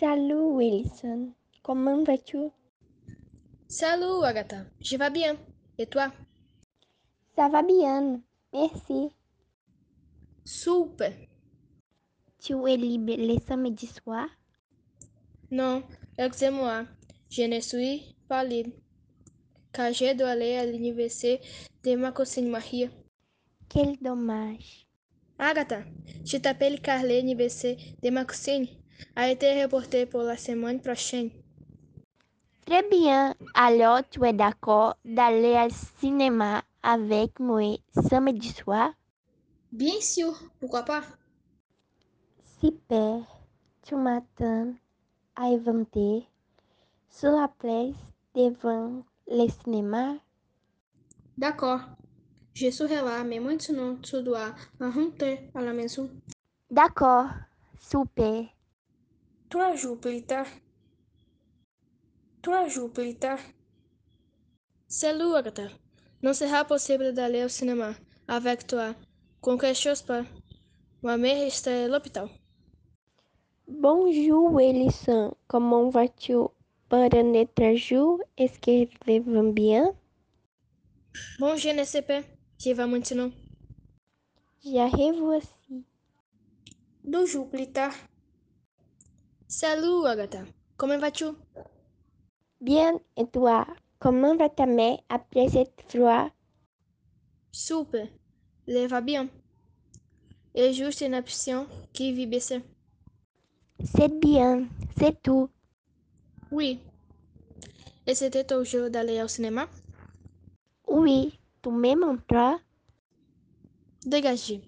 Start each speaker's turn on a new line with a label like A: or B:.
A: Salut Wilson, comment vas-tu
B: Salut Agatha, je vais bien. Et toi?
A: Ça va bien, merci.
B: Super.
A: Tu es libre le samedi soir
B: Non, excusez-moi, je ne suis pas libre, car je dois aller à l'université de ma cousine Maria.
A: Quel dommage.
B: Agatha, je t'appelle car l'université de ma cousine a été reportée pour la semaine prochaine.
A: Très bien, alors tu es d'accord d'aller au cinéma avec moi samedi soir
B: Bien sûr, pourquoi pas?
A: Super, tu m'attends à inventer sur la place devant le cinéma.
B: D'accord, je serai là, mais maintenant tu dois rentrer à la maison.
A: D'accord, super.
B: Trois jours plus tard. Trois jours plus tard. Salut é Agatha. Não será possível d'aller ao cinema avec toi. Qualquer chose pas. Ma mère está à l'hôpital.
A: Bonjour Wilson, comment vas-tu Para notre jour, est-ce que je vais bien
B: Bom dia, NSP. Je vais maintenant.
A: J'arrive aussi.
B: Deux jours plus tard. Salut é Agatha. Comment vas-tu?
A: Bien, et toi, comment va ta mère après cette froid
B: Super. É Le va bien. Et juste une option qui vit baisser.
A: C'est bien, c'est tout.
B: Oui. Et c'était ton jour d'aller au cinéma?
A: Oui, tu me montres
B: Dégagez.